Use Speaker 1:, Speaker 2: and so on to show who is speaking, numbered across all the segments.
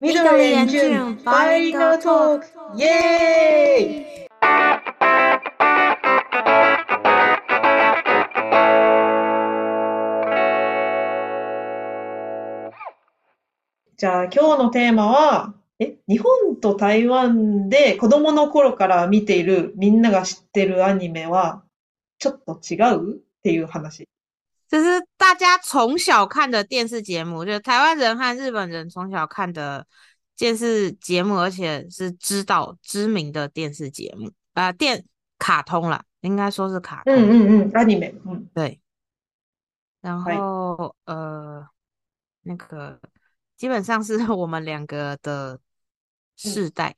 Speaker 1: 緑円チュンバレリナトークイエーイじゃあ今日のテーマは、え、日本と台湾で子供の頃から見ているみんなが知ってるアニメはちょっと違うっていう話。
Speaker 2: 就是大家从小看的电视节目，就是台湾人和日本人从小看的电视节目，而且是知道知名的电视节目啊、呃电卡通啦，应该说是卡通。
Speaker 1: うんうんうん、アニメ。うん。
Speaker 2: 对，然
Speaker 1: 嗨
Speaker 2: 后呃，那个基本上是我们两个的世代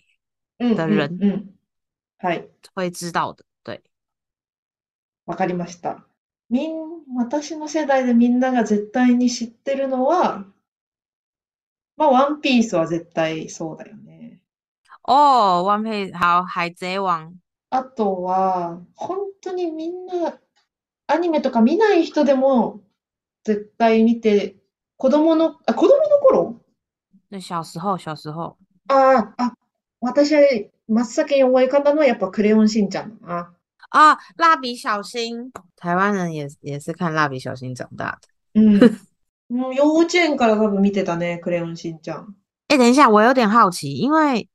Speaker 1: うん
Speaker 2: だる
Speaker 1: う
Speaker 2: ん
Speaker 1: んうん。はい。
Speaker 2: 会知道的。对，
Speaker 1: わかりました。みん、私の世代でみんなが絶対に知ってるのは、まあ、ワンピースは絶対そうだよね。
Speaker 2: 哦，万配好，海贼王，
Speaker 1: あとは、本当にみんな、アニメとか見ない人でも、絶対見て、子供の、あ、子供の頃
Speaker 2: 那小时候，小时候，
Speaker 1: ああ、あ、私は真っ先に思い浮かんだのはやっぱクレヨンしんちゃんだな。
Speaker 2: 啊，蜡笔小新，台湾人也也是看蜡笔小新长大的。
Speaker 1: うん。 もう幼稚園から多分見てたね、クレヨンしんちゃん。
Speaker 2: 哎，等一下，我有点好奇，因为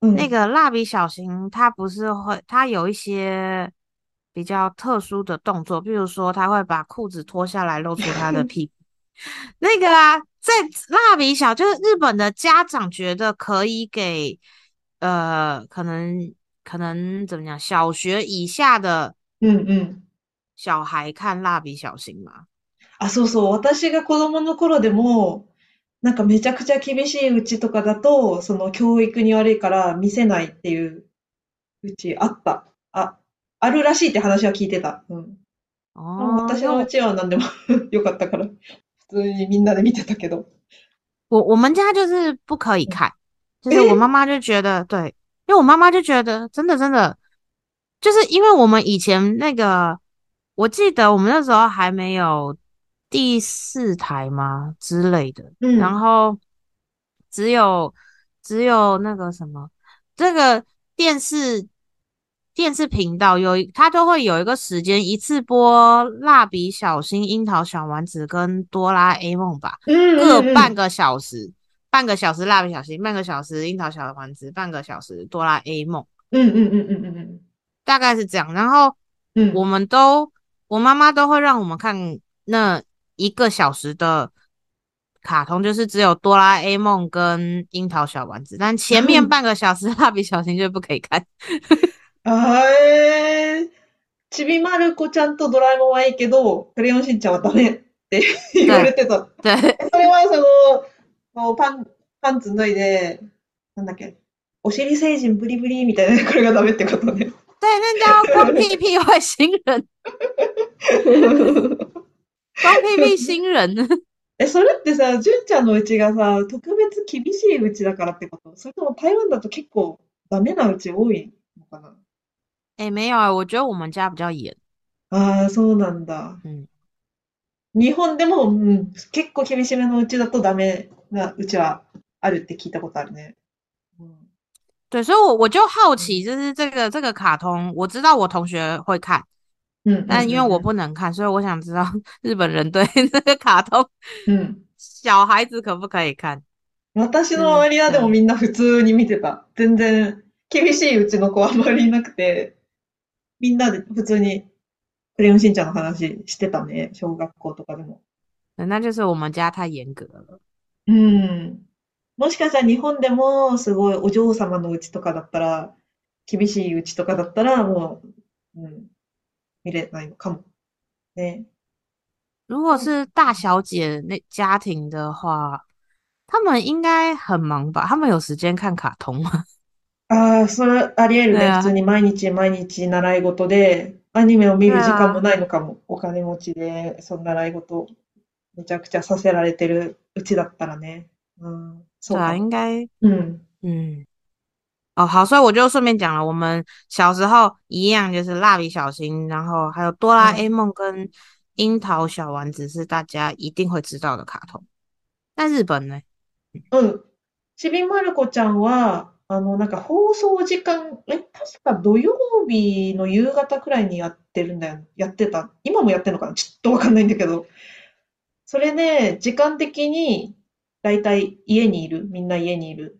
Speaker 1: うん。
Speaker 2: 那个蜡笔小新，它不是会，它有一些比较特殊的动作，比如说它会把裤子脱下来，露出它 的屁股。那个啊，在蜡笔小，就是日本的家长觉得可以给，呃，可能可能怎么讲，小学以下的
Speaker 1: うんうん。
Speaker 2: 小孩看蜡笔小新嘛？
Speaker 1: あ、そうそう。私が子供の頃でも、なんかめちゃくちゃ厳しいうちとかだと、その教育に悪いから見せないっていううちあった。あ、あるらしいって話は聞いてた。うん。でも
Speaker 2: 哦，
Speaker 1: 私
Speaker 2: 因为
Speaker 1: の
Speaker 2: 我
Speaker 1: うちは何でも よかったから、普通にみんなで見てたけど。
Speaker 2: 我我们家就是不可以看，就是
Speaker 1: 诶
Speaker 2: 我妈妈就觉得对，因为我妈妈就觉得真的真的，就是因为我们以前那个，我记得我们那时候还没有第四台嘛之类的，
Speaker 1: うん。
Speaker 2: 然后只有只有那个什么，这个电视电视频道有一它都会有一个时间一次播蜡笔小新、樱桃小丸子跟哆啦 A 梦吧。
Speaker 1: うん
Speaker 2: 各
Speaker 1: うんうん
Speaker 2: 半个小时，半个小时蜡笔小新，半个小时樱桃小丸子，半个小时哆啦 A 梦，
Speaker 1: うんうんうんうんうん
Speaker 2: 大概是这样。然后
Speaker 1: うん。うん
Speaker 2: 我们都，我妈妈都会让我们看那一个小时的卡通，就是只有哆啦 A 梦跟樱桃小丸子，但前面
Speaker 1: 嗯
Speaker 2: 半个小时蜡笔小新就不可以看。
Speaker 1: あーえーちびまる子ちゃんとドラえもんはいいけど、クレヨンしんちゃんはダメって 言われてた。
Speaker 2: 对，
Speaker 1: それはその、もうパン、パンツ脱いで、なんだっけ、お尻成人ブリブリみたいな、これがダメってこと ね。
Speaker 2: 对，那叫光屁屁外星人，光屁屁星人。
Speaker 1: え、それってさ、純ちゃんのうちがさ、特別厳しいうちだからってことそれとも台湾だと結構ダメなうち多いのかな
Speaker 2: 哎、没有啊，我觉得我们家比较严。
Speaker 1: ああ、そうなんだ。
Speaker 2: 嗯，
Speaker 1: 日本でも、うん、結構厳しめのうちだとダメなうちはあるって聞いたことあるね。うん
Speaker 2: 对，所以我，我就好奇，就是这个这个卡通，我知道我同学会看，
Speaker 1: うん、うん、
Speaker 2: 但因为我
Speaker 1: うん
Speaker 2: 不能看，所以我想知道 日本人对这个卡通
Speaker 1: うん。
Speaker 2: 小孩子可不可以看？
Speaker 1: 私の周りはでもみんな普通に見てた。全然厳しいうちの子はあまりいなくて、みんなで普通にクレヨンしんちゃんの話してたね。小学校とかでも。
Speaker 2: 嗯那就是我们家太严格了。
Speaker 1: うん。もしかしたら日本でもすごいお嬢様のうちとかだったら、厳しいうちとかだったらもう、うん、見れないのかも。ね。
Speaker 2: 如果是大小姐那家庭的话，他们应该很忙吧？他们有时间看卡通吗？
Speaker 1: ああ、それあり得る
Speaker 2: ね
Speaker 1: ね。普通に毎日毎日習い事で、アニメを見る時間もないのかも。お金持ちで、その習い事、めちゃくちゃさせられてるうちだったらね。うん、そう
Speaker 2: 对啊，
Speaker 1: かも。
Speaker 2: 应该，
Speaker 1: うん。
Speaker 2: 嗯，哦，好，所以我就顺便讲了，我们小时候一样就是蜡笔小新，然后还有哆啦 A 梦跟樱桃小丸子是大家一定会知道的卡通。那日本呢？
Speaker 1: うん。ちびまる子ちゃんは、あの、なんか放送時間、え、確か土曜日の夕方くらいにやってるんだよ。やってた。今もやってるのかなちょっとわかんないんだけど。それね、時間的に、だいたい家にいる。みんな家にいる。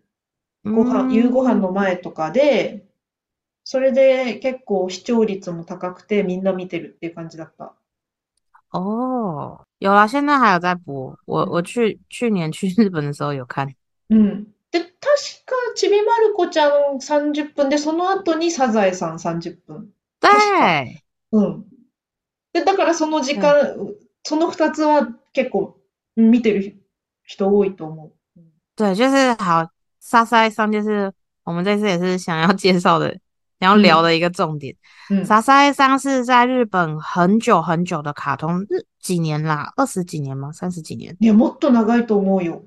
Speaker 1: ご飯、夕ご飯
Speaker 2: 嗯
Speaker 1: の前とかで、それで結構視聴率も高くてみんな見てるっていう感じだった。
Speaker 2: 哦，有啦，现在还有在播。我我去去年去 日本的时候有看。
Speaker 1: うん。で、確かちびまる子ちゃん30分で、その後にサザエさん30分。
Speaker 2: 对，
Speaker 1: うん。で、だからその時間、その2つは結構うん見てる人多いと思う。
Speaker 2: 对，就是好，莎莎上就是我们这次也是想要介绍的，想要聊
Speaker 1: 嗯
Speaker 2: 的一个重点。
Speaker 1: うん。
Speaker 2: 莎莎上是在日本很久很久的卡通，日几年啦？二十几年吗？三十几年？
Speaker 1: いや、もっと長いと思うよ。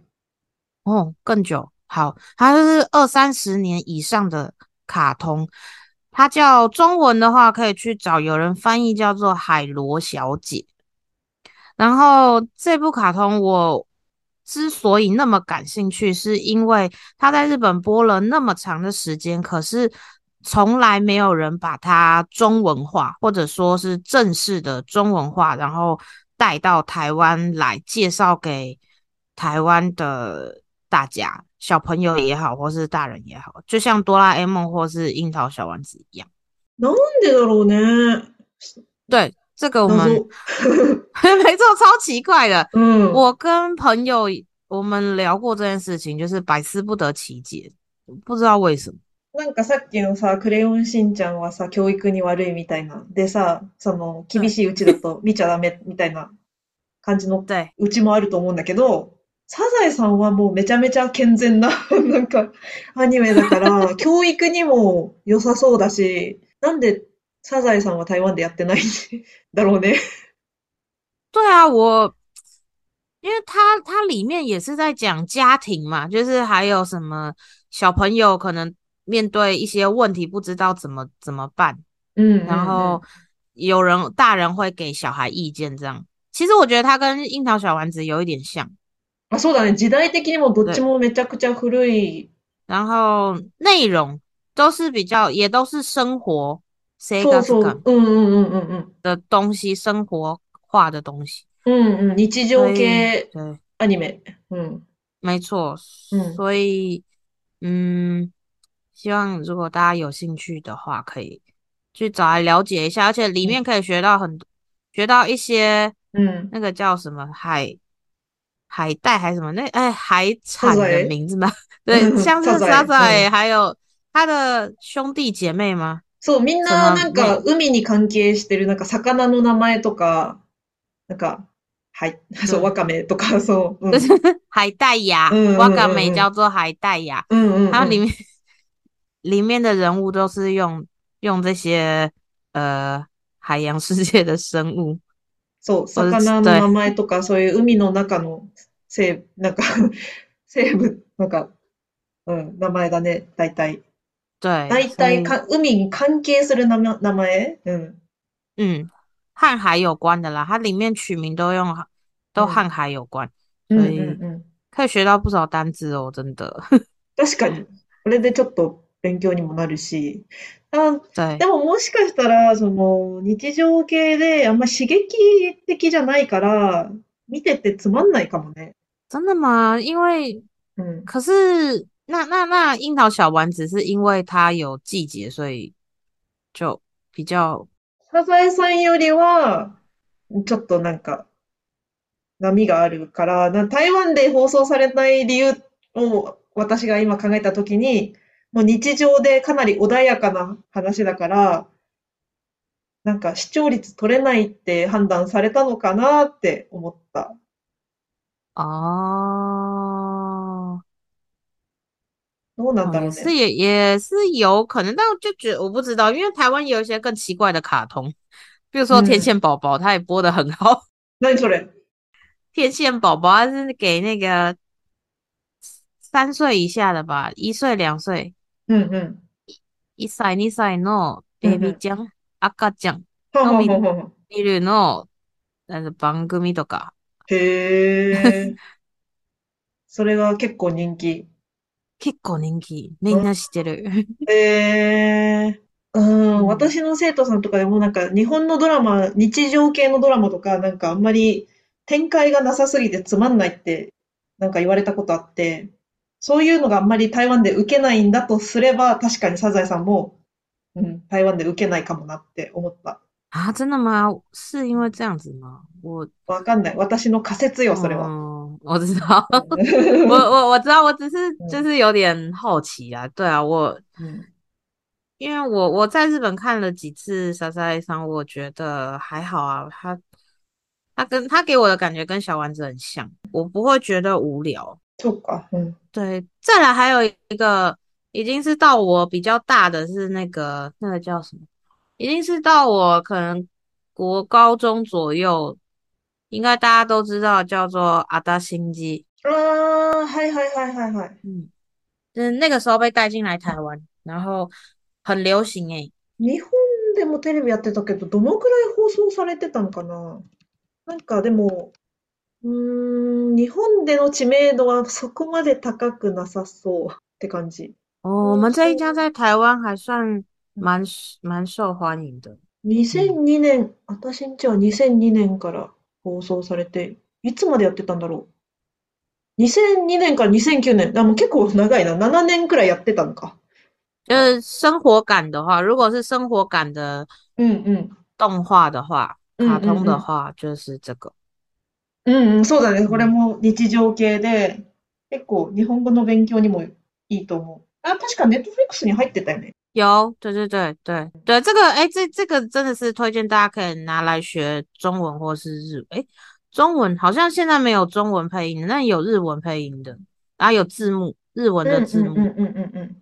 Speaker 2: 哦，更久。好，它就是二三十年以上的卡通。它叫中文的话，可以去找有人翻译叫做《海螺小姐》。然后这部卡通我之所以那么感兴趣，是因为它在日本播了那么长的时间，可是从来没有人把它中文化，或者说是正式的中文化，然后带到台湾来介绍给台湾的大家，小朋友也好，或是大人也好，就像哆啦 A 梦或是樱桃小丸子一样。
Speaker 1: なんでだろうね。
Speaker 2: 对，这个我们
Speaker 1: 謎。
Speaker 2: 没错，超奇怪的。
Speaker 1: うん。
Speaker 2: 我跟朋友我们聊过这件事情，就是百思不得其解，不知道为什么。
Speaker 1: なんかさっきのさ、クレヨンしんちゃんはさ、教育に悪いみたいな。でさ、その、厳しいうちだと見ちゃダメみたいな感じの
Speaker 2: 对
Speaker 1: うちもあると思うんだけど、サザエさんはもうめちゃめちゃ健全な、 なんか、アニメだから、教育にも良さそうだし、なんでサザエさんは台湾でやってないだろうね。
Speaker 2: 对啊，我因为它它里面也是在讲家庭嘛，就是还有什么小朋友可能面对一些问题不知道怎么怎么办，
Speaker 1: うんうん
Speaker 2: 然后有人大人会给小孩意见这样。其实我觉得它跟樱桃小丸子有一点像。
Speaker 1: あ、そうだね。時代的にもどっちもめちゃくちゃ古い。
Speaker 2: 然后内容都是比较，也都是生活 s
Speaker 1: そう
Speaker 2: e
Speaker 1: そう。うんうんうんうんうん。
Speaker 2: 的东西，生活化的东西。
Speaker 1: うんうん。日
Speaker 2: 所
Speaker 1: 常
Speaker 2: 以
Speaker 1: 系
Speaker 2: 对，
Speaker 1: アニメ。うん。
Speaker 2: 没错。
Speaker 1: 嗯
Speaker 2: 所以，嗯，希望如果大家有兴趣的话，可以去找来了解一下，而且
Speaker 1: 嗯
Speaker 2: 里面可以学到很多，学到一些
Speaker 1: うん。
Speaker 2: 那个叫什么海海带还是什么那哎海产
Speaker 1: サザ
Speaker 2: 的
Speaker 1: エ
Speaker 2: 名字吗？ 对，像是
Speaker 1: サザエ
Speaker 2: 沙仔，
Speaker 1: 嗯
Speaker 2: 还有他的兄弟姐妹吗？
Speaker 1: そう、みん
Speaker 2: そ
Speaker 1: な
Speaker 2: の
Speaker 1: なんか海に関係してる、なんか魚の名前とか、なんか、はい、そう、わかめとか、 そう、 うん、
Speaker 2: 海带芽
Speaker 1: 嗯嗯，
Speaker 2: 我港美
Speaker 1: 嗯嗯
Speaker 2: 叫做海带芽，
Speaker 1: うん、うん、
Speaker 2: 它
Speaker 1: うん
Speaker 2: 里面里面的人物都是用用这些呃海洋世界的生物，
Speaker 1: そう、
Speaker 2: 我是
Speaker 1: 魚の
Speaker 2: 对
Speaker 1: 名前とか、そういう海の中の生、なんか 生物、なんか、うん、名前だね、大体。
Speaker 2: 对，
Speaker 1: 大
Speaker 2: 所
Speaker 1: 体
Speaker 2: 以
Speaker 1: か、海に関係する名前、名前うん、
Speaker 2: 嗯，和海有关的啦，它里面取名都用都和海有关，
Speaker 1: うん、
Speaker 2: 所
Speaker 1: うん、
Speaker 2: 以
Speaker 1: うん。
Speaker 2: 可以学到不少单字哦，真的。
Speaker 1: 確かに。これでちょっと勉強にもなるし。あ、
Speaker 2: 对
Speaker 1: でももしかしたら、その、日常系であんま刺激的じゃないから、見ててつまんないかもね。
Speaker 2: 真的吗？因为
Speaker 1: うん。
Speaker 2: 可是那那那樱桃小丸子是因为它有季节，所以就比较
Speaker 1: サザエさんよりは、ちょっとなんか、波があるから、な台湾で放送されない理由を私が今考えたときに、もう日常でかなり穏やかな話だから、なんか視聴率取れないって判断されたのかなって思った。
Speaker 2: 哦，
Speaker 1: どうなん
Speaker 2: 哦
Speaker 1: だろう
Speaker 2: 也是
Speaker 1: ね。
Speaker 2: 也也是有可能，但我就觉得我不知道，因为台湾有一些更奇怪的卡通，比如说《天
Speaker 1: 嗯
Speaker 2: 线宝宝》，它也播的很好，
Speaker 1: 何それ
Speaker 2: 天线宝宝》它是给那个三岁以下的吧，一岁、两岁、
Speaker 1: うんうん。
Speaker 2: 一歳、二歳の
Speaker 1: うんうん
Speaker 2: baby ちゃん、赤ちゃん
Speaker 1: ほうほうほうほう。
Speaker 2: 見るの、なんか番組とか。
Speaker 1: へえ。それが結構人気。
Speaker 2: 結構人気。みんな知ってる。
Speaker 1: えー、うん、私の生徒さんとかでもなんか日本のドラマ、日常系のドラマとかなんかあんまり展開がなさすぎてつまんないってなんか言われたことあって、そういうのがあんまり台湾で受けないんだとすれば、確かにサザエさんも、うん、台湾で受けないかもなって思った。
Speaker 2: 啊，真的吗？是因为这样子吗？我，
Speaker 1: わかんない。私の仮説よ、それは。
Speaker 2: 嗯，我知道，
Speaker 1: う
Speaker 2: 我
Speaker 1: ん
Speaker 2: 我我知道，我只是就
Speaker 1: う
Speaker 2: 是有点好奇啊。对啊，我
Speaker 1: んうん
Speaker 2: 因为我我在日本看了几次《莎莎爱上》，我觉得还好啊。他他跟他给我的感觉跟小丸子很像，我不会觉得无聊。
Speaker 1: そうか。うん。
Speaker 2: 对，再来还有一个已经是到我比较大的是那个那个叫什么，已经是到我可能国高中左右，应该大家都知道叫做阿达新机，
Speaker 1: ああ、はいはいはいはいはい。
Speaker 2: 嗯，就是那个时候被带进来台湾，然后很流行欸诶、
Speaker 1: 日本でもテレビやってたけど、どのくらい放送されてたのかななんかでも、うーん、日本での知名度はそこまで高くなさそうって感じ。
Speaker 2: 哦，我
Speaker 1: 放
Speaker 2: 们这一家
Speaker 1: 送、
Speaker 2: 在台湾还算
Speaker 1: うん
Speaker 2: 蛮蛮受欢迎的，嗯，
Speaker 1: 2002年、私んちは2002年から放送されて、いつまでやってたんだろう。2002年から2009年、あ、もう結構長いな。7年くらいやってたのか。
Speaker 2: 就
Speaker 1: あ、
Speaker 2: 是生活感的话，如果是生活感的
Speaker 1: うんうん。
Speaker 2: 动画的话，
Speaker 1: うん
Speaker 2: 卡
Speaker 1: うんう
Speaker 2: 通的
Speaker 1: ん。
Speaker 2: 话就是这个。
Speaker 1: うんうん、そうだね。これ
Speaker 2: 嗯，
Speaker 1: も日常系で、結構日本語の勉強にもいいと思う。あ、確かネットフリックスに入ってたよね。
Speaker 2: 有，对对对对对，这个哎，这这个真的是推荐大家可以拿来学中文或是日，哎，中文好像现在没有中文配音，但有日文配音的，然后有字幕，日文
Speaker 1: うんう
Speaker 2: 的
Speaker 1: ん
Speaker 2: 字
Speaker 1: うん
Speaker 2: 幕，
Speaker 1: うんうんうん。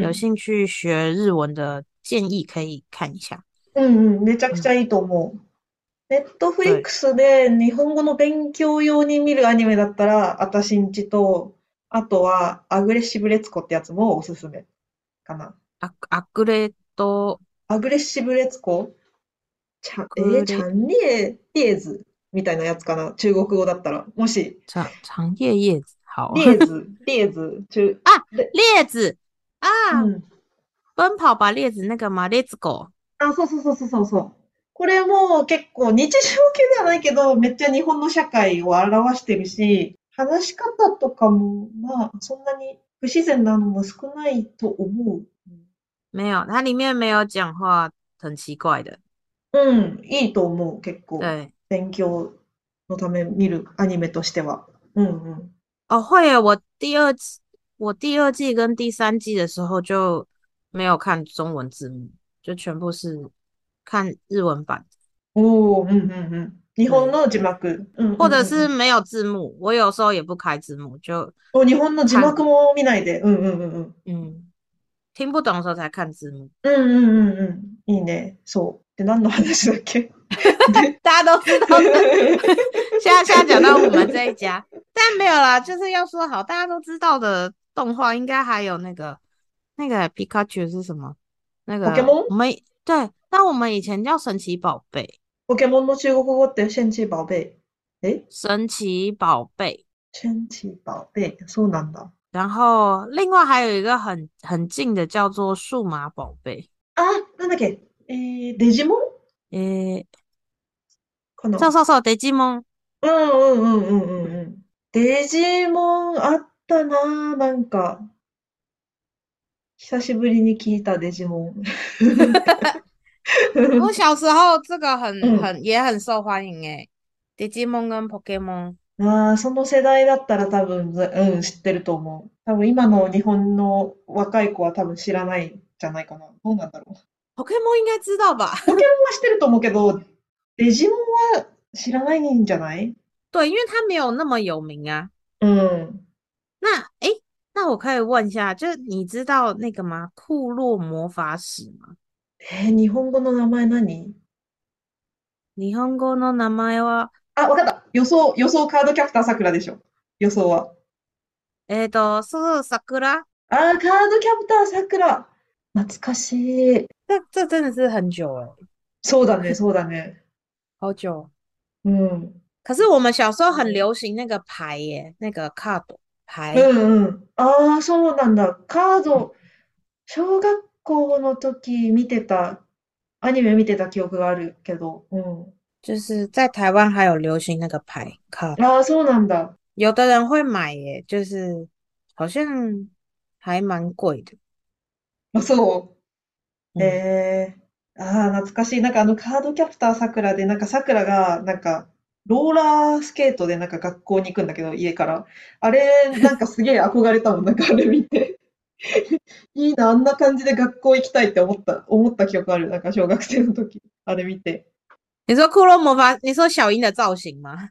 Speaker 1: う
Speaker 2: 有
Speaker 1: ん。
Speaker 2: 兴趣学日文的建议可以看一下。
Speaker 1: うんうん、めちゃくちゃ
Speaker 2: 嗯，
Speaker 1: いいと思う。ネットフリッ
Speaker 2: 对，
Speaker 1: クスで日本語の勉強用に見るアニメだったら、あたしんちと、あとは、アグレッシブレツコってやつもおすすめかな。
Speaker 2: あ、あくれと、
Speaker 1: アグレッシブレツコちゃん、えー、
Speaker 2: く
Speaker 1: ち
Speaker 2: れ、
Speaker 1: ゃんにえ、リエズみたいなやつかな。中国語だったら。もし、
Speaker 2: 长长叶叶子，好
Speaker 1: リエ ズ、リエズ、中、
Speaker 2: 啊，
Speaker 1: で、
Speaker 2: 列子啊，
Speaker 1: うん。
Speaker 2: 奔跑吧列子那个嘛，列子狗。
Speaker 1: あ、そうそうそうそうそうそう。これも結構日常系ではないけど、めっちゃ日本の社会を表してるし、話し方とかも、まあ、そんなに不自然なのも少ないと思う。
Speaker 2: 没有，它里面没有讲话很奇怪的。
Speaker 1: うん、いいと思う、結構。
Speaker 2: 对，
Speaker 1: 勉強のため見るアニメとしては。うんうん。
Speaker 2: 哦，会耶，我第二季，我第二季跟第三季的时候就没有看中文字幕，就全部是看日文版。
Speaker 1: おー、うんうんうん。日本
Speaker 2: 对，
Speaker 1: の字幕。うんうん
Speaker 2: 或者
Speaker 1: うんう
Speaker 2: 是
Speaker 1: ん。
Speaker 2: 没有字幕，我有时候也不开字幕，就
Speaker 1: お、日本の字
Speaker 2: 看，
Speaker 1: 幕も見ないで。うんうんうんうん。
Speaker 2: 嗯，听不懂的时候才看字幕。
Speaker 1: うんうんうんうん。いいね。そう。で、何の話だっ けで、
Speaker 2: 大家都知道 的。现在现在讲到我们这一家，但没有啦，就是要说好，大家都知道的动画，应该还有那个那个皮卡丘是什么？那
Speaker 1: ポケ
Speaker 2: 个
Speaker 1: モン
Speaker 2: 我们对，但我们以前叫神奇宝贝，
Speaker 1: ポケモンの中国語って神奇宝贝。え
Speaker 2: 神奇宝贝。
Speaker 1: 神奇宝贝。そうなんだ。
Speaker 2: 然后另外还有一个很很近的叫做数码宝贝，
Speaker 1: あ、なんだっけ。えー、デジモン
Speaker 2: 诶，
Speaker 1: かな。
Speaker 2: そうそうそう、デジモン。
Speaker 1: うんうんうんうんう
Speaker 2: 嗯
Speaker 1: んうん。デジモンあったなぁ。なんか、久しぶりに聞いたデジモ ン。
Speaker 2: 我小时候这个很
Speaker 1: う
Speaker 2: 很也很受欢迎诶，デジモン跟 Pokemon。
Speaker 1: ん。ああ、その世代だったら多分、うん、知ってると思う。多分今の日本の若い子は多分知らないんじゃないかな。どうなんだろう。
Speaker 2: Pokemon 应该知道吧？
Speaker 1: ポケモンは知ってると思うけど、デジモンは知らないんじゃない
Speaker 2: 对，因为它没有那么有名啊。
Speaker 1: うん。
Speaker 2: 那诶，那我可以问一下，就是你知道那个吗？库洛魔法使吗？
Speaker 1: えー日本語の名前何
Speaker 2: 日本語の名前は、
Speaker 1: あ、わかった。予想、予想カードキャプターさくらでしょ。予想は。
Speaker 2: えっと、そう、桜。
Speaker 1: あー、カードキャプターさくら。懐かしい。
Speaker 2: 这这真的是很久诶，
Speaker 1: そうだね、そうだね。
Speaker 2: 好久。哦
Speaker 1: うん。
Speaker 2: 可是我们小时候很流行那个牌耶，那个 card
Speaker 1: う
Speaker 2: 牌。
Speaker 1: んうん。ああ、そうなんだ。カード、小学校の時見てた、アニメ見てた記憶があるけど、う
Speaker 2: 就是在台湾还有流行那个牌
Speaker 1: ん。
Speaker 2: card，
Speaker 1: ああ、そうなんだ。
Speaker 2: 有的人会买耶，就是好像还蛮贵的。
Speaker 1: あ、そう。
Speaker 2: 嗯，
Speaker 1: えー、ああ、懐かしい。なんかあのカードキャプターさくらで、なんかさくらが、なんか、ローラースケートでなんか学校に行くんだけど、家から。あれ、なんかすげえ憧れたもん。なんかあれ見て。 いいな、あんな感じで学校行きたいって思った、思った記憶ある。なんか小学生の時、あれ見て。
Speaker 2: 你说骷髅魔法，你说小樱的造型吗？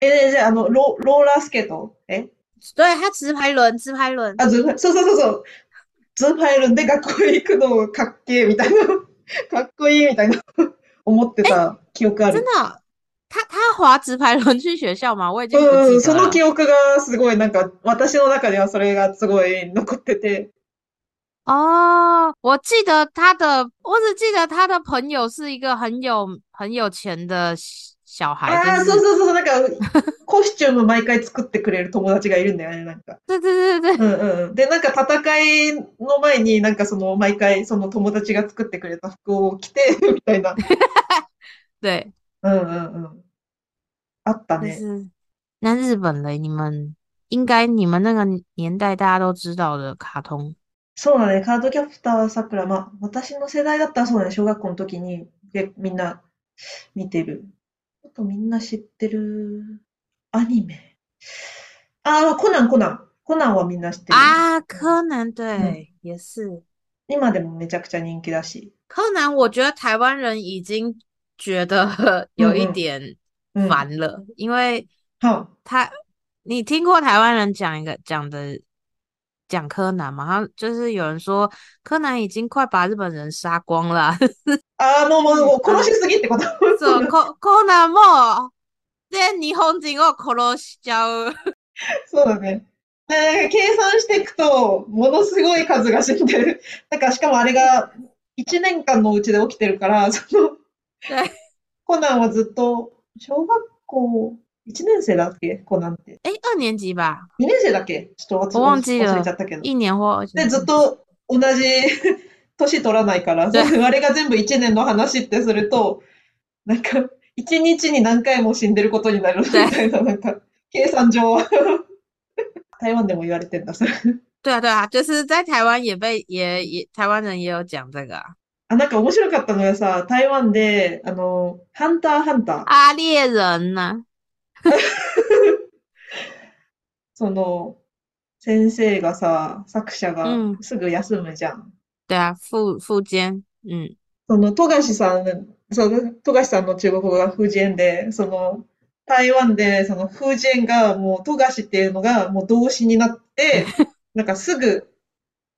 Speaker 1: えー、じゃあ、あの、ロ、ローラースケートえ
Speaker 2: 对，它直排轮，直排轮。
Speaker 1: あ、ズーパイ、そうそうそうそう。ズーパイルンで学校へ行くのかっけえみたいな。 かっこいいみたいな思ってた記憶ある。
Speaker 2: 真的哦，他他滑直排轮去学校吗？我已经不
Speaker 1: うんう
Speaker 2: 记
Speaker 1: ん、
Speaker 2: 得
Speaker 1: その
Speaker 2: 了。
Speaker 1: 記憶がすごい、なんか、私の中ではそれがすごい残ってて。
Speaker 2: 哦，我记得他的，我只记得他的朋友是一个很有很有钱的小小孩，就
Speaker 1: ああ、そう
Speaker 2: 是，
Speaker 1: そうそう、なんか、コスチューム毎回作ってくれる友達がいるんだよね、なんか。
Speaker 2: 对
Speaker 1: う
Speaker 2: 对对对，
Speaker 1: んうん。で、なんか戦いの前に、なんかその、毎回その友達が作ってくれた服を着て、みたいな。
Speaker 2: 对，
Speaker 1: うんうんうん。あった
Speaker 2: 就
Speaker 1: ね。
Speaker 2: 是那日本嘞，你们应该你们那个年代大家都知道的卡通，
Speaker 1: そうだね。カードキャプターさくら、まあ、私の世代だったらそうだね。小学校の時に、で、みんな見てる。あとみんな知ってるアニメ。ああ、コナン、コナン。コナンはみんな知ってるよね。
Speaker 2: 啊，柯南，
Speaker 1: うん。
Speaker 2: 对，也是。
Speaker 1: 今でもめちゃくちゃ人気だし。
Speaker 2: 柯南，我觉得台湾人已经觉得
Speaker 1: う
Speaker 2: 有
Speaker 1: ん
Speaker 2: 一
Speaker 1: うん。
Speaker 2: 点
Speaker 1: うん。
Speaker 2: 烦了，因为
Speaker 1: は
Speaker 2: 他，你听过台湾人讲一个讲的讲柯南吗？他就是有人说柯南已经快把日本人杀光了啊，
Speaker 1: あ。ああ、もう、もう、もう
Speaker 2: あ
Speaker 1: 殺
Speaker 2: の、
Speaker 1: しすぎってこと。
Speaker 2: そう、コ、コナンも、で、日本人を殺しちゃう。
Speaker 1: そうだね。なんか計算していくと、ものすごい数が死んでる。 なんかしかもあれが1年間のうちで起きてるから、 その、
Speaker 2: 对，
Speaker 1: コナンはずっと、小学校1年生だっけコナンって。
Speaker 2: 哎，二年级吧，
Speaker 1: 2年生だっけちょっと
Speaker 2: 我
Speaker 1: 忘
Speaker 2: 忘记
Speaker 1: 忘れちゃ
Speaker 2: 了，
Speaker 1: ったけど。
Speaker 2: 一年或二
Speaker 1: で、ずっ
Speaker 2: 年级。
Speaker 1: と同じ 年取らないから、そ
Speaker 2: 对，
Speaker 1: のあれが全部1年の話ってすると、なんか、1日に何回も死んでることになる
Speaker 2: 对，
Speaker 1: みたいな、なんか、計算上 は台湾でも言われてんだ、それ。
Speaker 2: 对啊，对啊，就是在台湾也被也也台湾人也有讲这个啊，
Speaker 1: あ、なんか面白かったのがさ、台湾で、あの、ハンターハンター。
Speaker 2: 啊猎人呢、
Speaker 1: その、先生がさ、作者が
Speaker 2: 嗯，
Speaker 1: すぐ休むじゃん。
Speaker 2: 对啊，富富坚，嗯，
Speaker 1: その、富樫さん、そう、富樫さんの中国語がフージェンで、その、台湾で、その、フージェンが、もう、富樫っていうのが、もう動詞になって、なんかすぐ、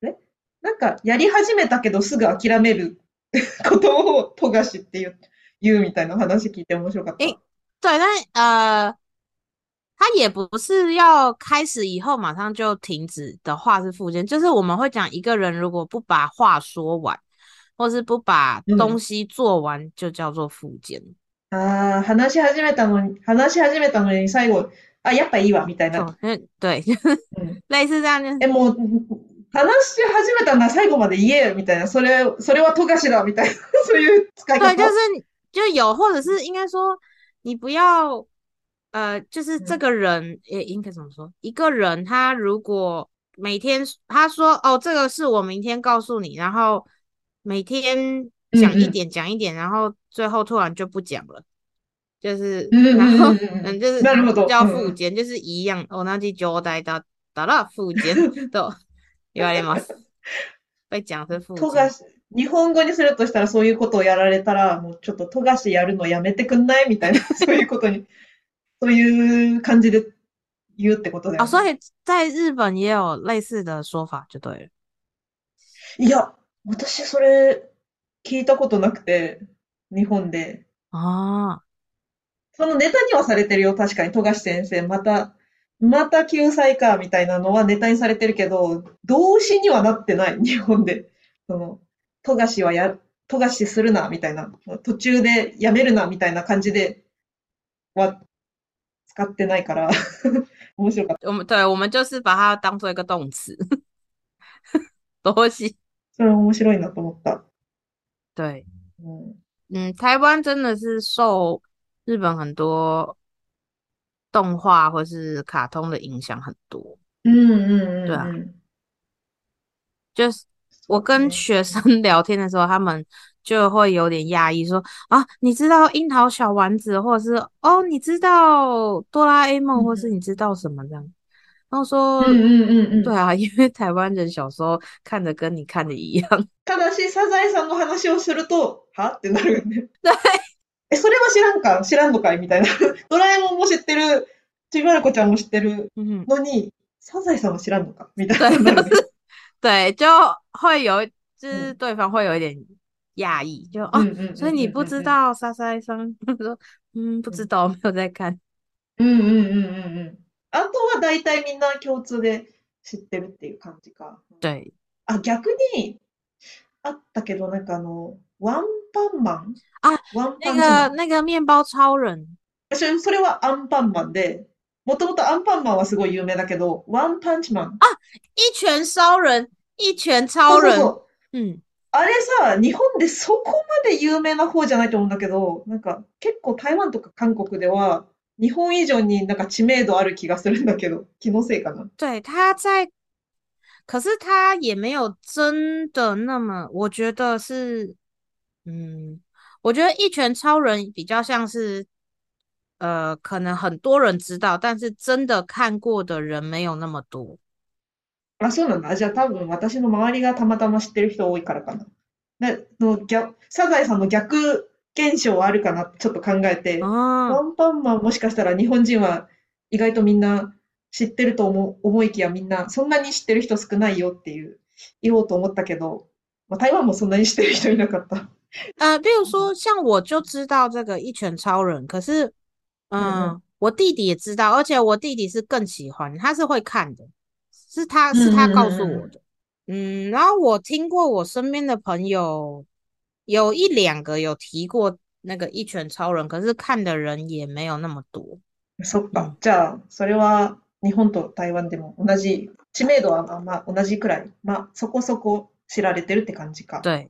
Speaker 1: えなんか、やり始めたけどすぐ諦める ことを、富樫って言う、言うみたいな话聞いて面白かっ
Speaker 2: 诶，
Speaker 1: た。
Speaker 2: 对，但呃，他也不是要开始以后马上就停止的话是附件，就是我们会讲一个人如果不把话说完，或是不把
Speaker 1: う
Speaker 2: 东
Speaker 1: ん。
Speaker 2: 西做完，就叫做附件。
Speaker 1: ああ、話し始めたのに、話し始めたのに最後、あ、やっぱいいわ、みたいな。
Speaker 2: 哦，嗯，对， 就是
Speaker 1: うん。
Speaker 2: 类似这样，就是
Speaker 1: え、もう、話し始めたなら最後まで言えよ、みたいな。それ、それは富樫だ、みたいな。 そういう使い
Speaker 2: 对，就是
Speaker 1: 方。
Speaker 2: 就有，或者是应该说，你不要，呃，就是
Speaker 1: う
Speaker 2: 这
Speaker 1: ん。
Speaker 2: 个人，也应该怎么说？一个人他如果每天他说哦，这个是我明天告诉你，然后每天
Speaker 1: うん
Speaker 2: 讲一
Speaker 1: うん。
Speaker 2: 点讲一点，然后最后突然就不讲了，就是
Speaker 1: うん
Speaker 2: 然
Speaker 1: うん
Speaker 2: 后
Speaker 1: うんうんう
Speaker 2: 嗯，
Speaker 1: ん。
Speaker 2: 就是
Speaker 1: なるほど。
Speaker 2: 叫
Speaker 1: う
Speaker 2: 附
Speaker 1: ん
Speaker 2: 件，就是一样，同じ状態だったら附 件
Speaker 1: うん。
Speaker 2: と言われます。被讲成附
Speaker 1: 富
Speaker 2: 件。
Speaker 1: 樫、日本語にするとしたらそういうことをやられたら、もうちょっと富樫やるのやめてくんないみたいな。 そういうことに、そういう感じで言うってことだ
Speaker 2: 啊、
Speaker 1: よ
Speaker 2: 所
Speaker 1: ね。
Speaker 2: 以在日本也有类似的说法，就对了。
Speaker 1: いや、私それ聞いたことなくて、日本で。
Speaker 2: 啊，
Speaker 1: そのネタにはされてるよ、確かに、富樫先生。また、また救済か、みたいなのはネタにされてるけど、動詞にはなってない、日本で。その、富樫はや、富樫するな、みたいな。途中でやめるな、みたいな感じでは使ってないから。 面白かった。
Speaker 2: 呃我们对，我们就是把它当做一个动词， 多西。
Speaker 1: それ面白いなと思った。
Speaker 2: 对，
Speaker 1: うん、
Speaker 2: 嗯，台湾真的是受日本很多动画或是卡通的影响很多。
Speaker 1: うん、うん、うん、
Speaker 2: 对啊
Speaker 1: うん。
Speaker 2: 就是我跟学生 聊天的时候，他们就会有点讶异，说啊，你知道樱桃小丸子，或者是哦，你知道哆啦 A 梦，或是你知道什么这样。然后说，
Speaker 1: うん、うん、うん、うん
Speaker 2: 对。啊，因为台湾人小时候看的跟你看的一样。
Speaker 1: ただし、サザエさんの話をすると、はってなるよね。え、それは知らんか知らんのかいみたいな。 ドラえもんも知ってる、ちびまる子ちゃんも知ってる
Speaker 2: 嗯，
Speaker 1: のに、サザエさんは知らんのかみたい
Speaker 2: 对，
Speaker 1: になるね。
Speaker 2: 就是 对，就会有一，就是
Speaker 1: 嗯
Speaker 2: 对方会有一点讶异，就
Speaker 1: う
Speaker 2: 哦
Speaker 1: ん、うん、うん
Speaker 2: 所以你不知。道莎莎医生， 他说嗯，不知道，没 有在看。
Speaker 1: うん、うん、うん、うんうんうん。あとは大体みんな共通で知ってるっていう感じか。
Speaker 2: 对，
Speaker 1: あ、逆に、あったけど、なんかあの、ワンパンマン
Speaker 2: あ、
Speaker 1: ワンパ
Speaker 2: 那
Speaker 1: ンマ
Speaker 2: 个那个面包超人。
Speaker 1: ン。それ、それはアンパンマンで、もともとアンパンマンはすごい有名だけど、ワンパンチマン。
Speaker 2: 一拳烧人，一拳
Speaker 1: そうそ
Speaker 2: 超
Speaker 1: う
Speaker 2: 人。
Speaker 1: そう。
Speaker 2: 哦嗯，
Speaker 1: あれさ、日本でそこまで有名な方じゃないと思うんだけど、なんか結構台湾とか韓国では、日本以上になんか知名度ある気がするんだけど、気のせいかな。
Speaker 2: 对，他在，可是他也没有真的那么，我觉得是，嗯，我觉得一拳超人比较像是，呃，可能很多人知道，但是真的看过的人没有那么多。
Speaker 1: あ、そうなんだ。じゃあ多分私の周りがたまたま知ってる人多いからかな。な、の、逆、サザエさんの逆現象はあるかなってちょっと考えて、
Speaker 2: 哦
Speaker 1: ワンパンマンもしかしたら日本人は意外とみんな知ってると思う、思いきやみんなそんなに知ってる人少ないよっていう、言おうと思ったけど、まあ、台湾もそんなに知ってる人いなかった。
Speaker 2: 呃，比如说像我就知道这个一拳超人，可是，
Speaker 1: 嗯嗯
Speaker 2: 嗯，我弟弟也知道，而且我弟弟是更喜欢，他是会看的，是他是他告诉我的。嗯，然后我听过我身边的朋友有一两个有提过那个一拳超人，可是看的人也没有那么多。
Speaker 1: そっ
Speaker 2: う
Speaker 1: か
Speaker 2: ん。
Speaker 1: じゃあ、それは日本と台湾でも同じ、知名度はまあまあ同じくらい、まあそこそこ知られてるって感じか。
Speaker 2: 对，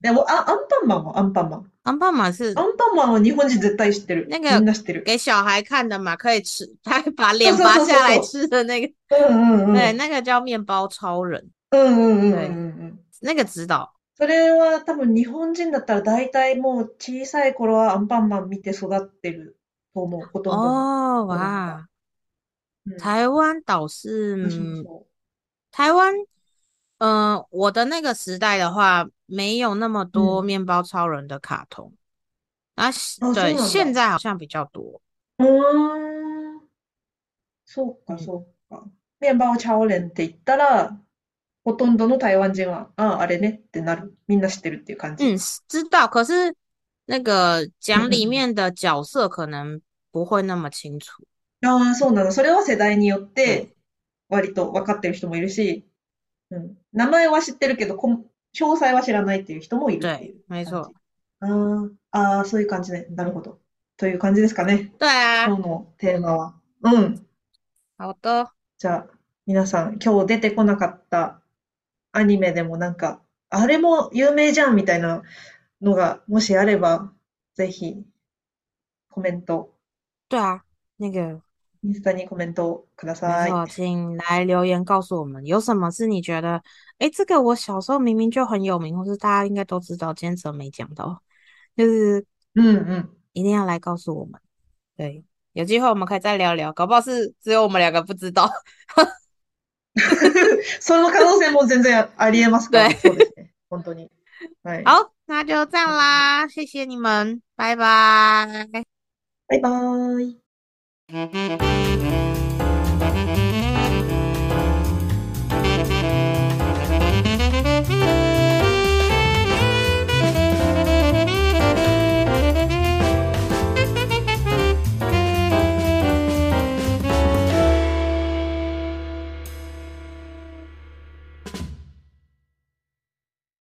Speaker 1: でも、あ、アンパンマンもアンパンマン。
Speaker 2: 安爸妈是
Speaker 1: アンパンマンは日本人絶対知ってる。
Speaker 2: 那
Speaker 1: みん
Speaker 2: 个
Speaker 1: な知ってる。
Speaker 2: 给小孩看的嘛，可以吃，他会把脸拔
Speaker 1: そうそうそう
Speaker 2: 下来
Speaker 1: そう
Speaker 2: 吃的那个，
Speaker 1: うんうんうん。
Speaker 2: 对，那个叫面包超人。
Speaker 1: うんうんうんうん
Speaker 2: はい
Speaker 1: うん。
Speaker 2: 那个指导，
Speaker 1: それは多分日本人だったら大体もう小さい頃はアンパンマン見て育ってると思う、ほとんどの。
Speaker 2: 哦
Speaker 1: 我懂
Speaker 2: 哇，
Speaker 1: 嗯
Speaker 2: 台湾倒是，
Speaker 1: そうそう
Speaker 2: 嗯，
Speaker 1: そ
Speaker 2: 台湾，嗯、我的那个时代的话，没有那么多
Speaker 1: 嗯
Speaker 2: 面包超人的卡通，啊，是
Speaker 1: う。あ、そう
Speaker 2: 对，
Speaker 1: なん
Speaker 2: 现
Speaker 1: だ。
Speaker 2: 在好像比较多，
Speaker 1: うーん。そうか、
Speaker 2: 嗯，
Speaker 1: そうか。メンバーをチャオレンって言ったら、ほとんどの台湾人は、ああ、あれねってなる。みんな知ってるっていう感じ。
Speaker 2: 嗯，知道，可是那个
Speaker 1: うん
Speaker 2: 讲
Speaker 1: うん
Speaker 2: 里
Speaker 1: うん。
Speaker 2: 面的角色可能不会那么清楚，
Speaker 1: ああ、そうなの。それは世代によっ
Speaker 2: 对，
Speaker 1: て、割と分かってる人もいるし、うん。名前は知ってるけど、こん、詳細は知らないっていう人もいるって
Speaker 2: 对，
Speaker 1: いう
Speaker 2: 没
Speaker 1: 感
Speaker 2: 错，
Speaker 1: じ。ああ、ああ、そういう感じね。なるほど。という感じですかね。
Speaker 2: 对啊，
Speaker 1: 今日のテーマは。うん。
Speaker 2: 好的，
Speaker 1: じゃあ、皆さん、今日出てこなかったアニメでもなんか、あれも有名じゃんみたいなのが、もしあれば、ぜひ、コメント、
Speaker 2: 对啊，那个。
Speaker 1: インスタにコメントくだ
Speaker 2: 没
Speaker 1: さい。
Speaker 2: 错，请来留言告诉我们，有什么是你觉得，诶，这个我小时候明明就很有名，或是大家应该都知道，今天怎么没讲到？就是
Speaker 1: うんうん。
Speaker 2: 一定要来告诉我们。对，有机会我们可以再聊聊，搞不好是只有我们两个不知道。
Speaker 1: その可能性も全然ありえますか
Speaker 2: 对，
Speaker 1: ら、そうですね。本当に。はい。
Speaker 2: 好，那就这样啦，谢谢你们，拜拜。
Speaker 1: バイバーイ。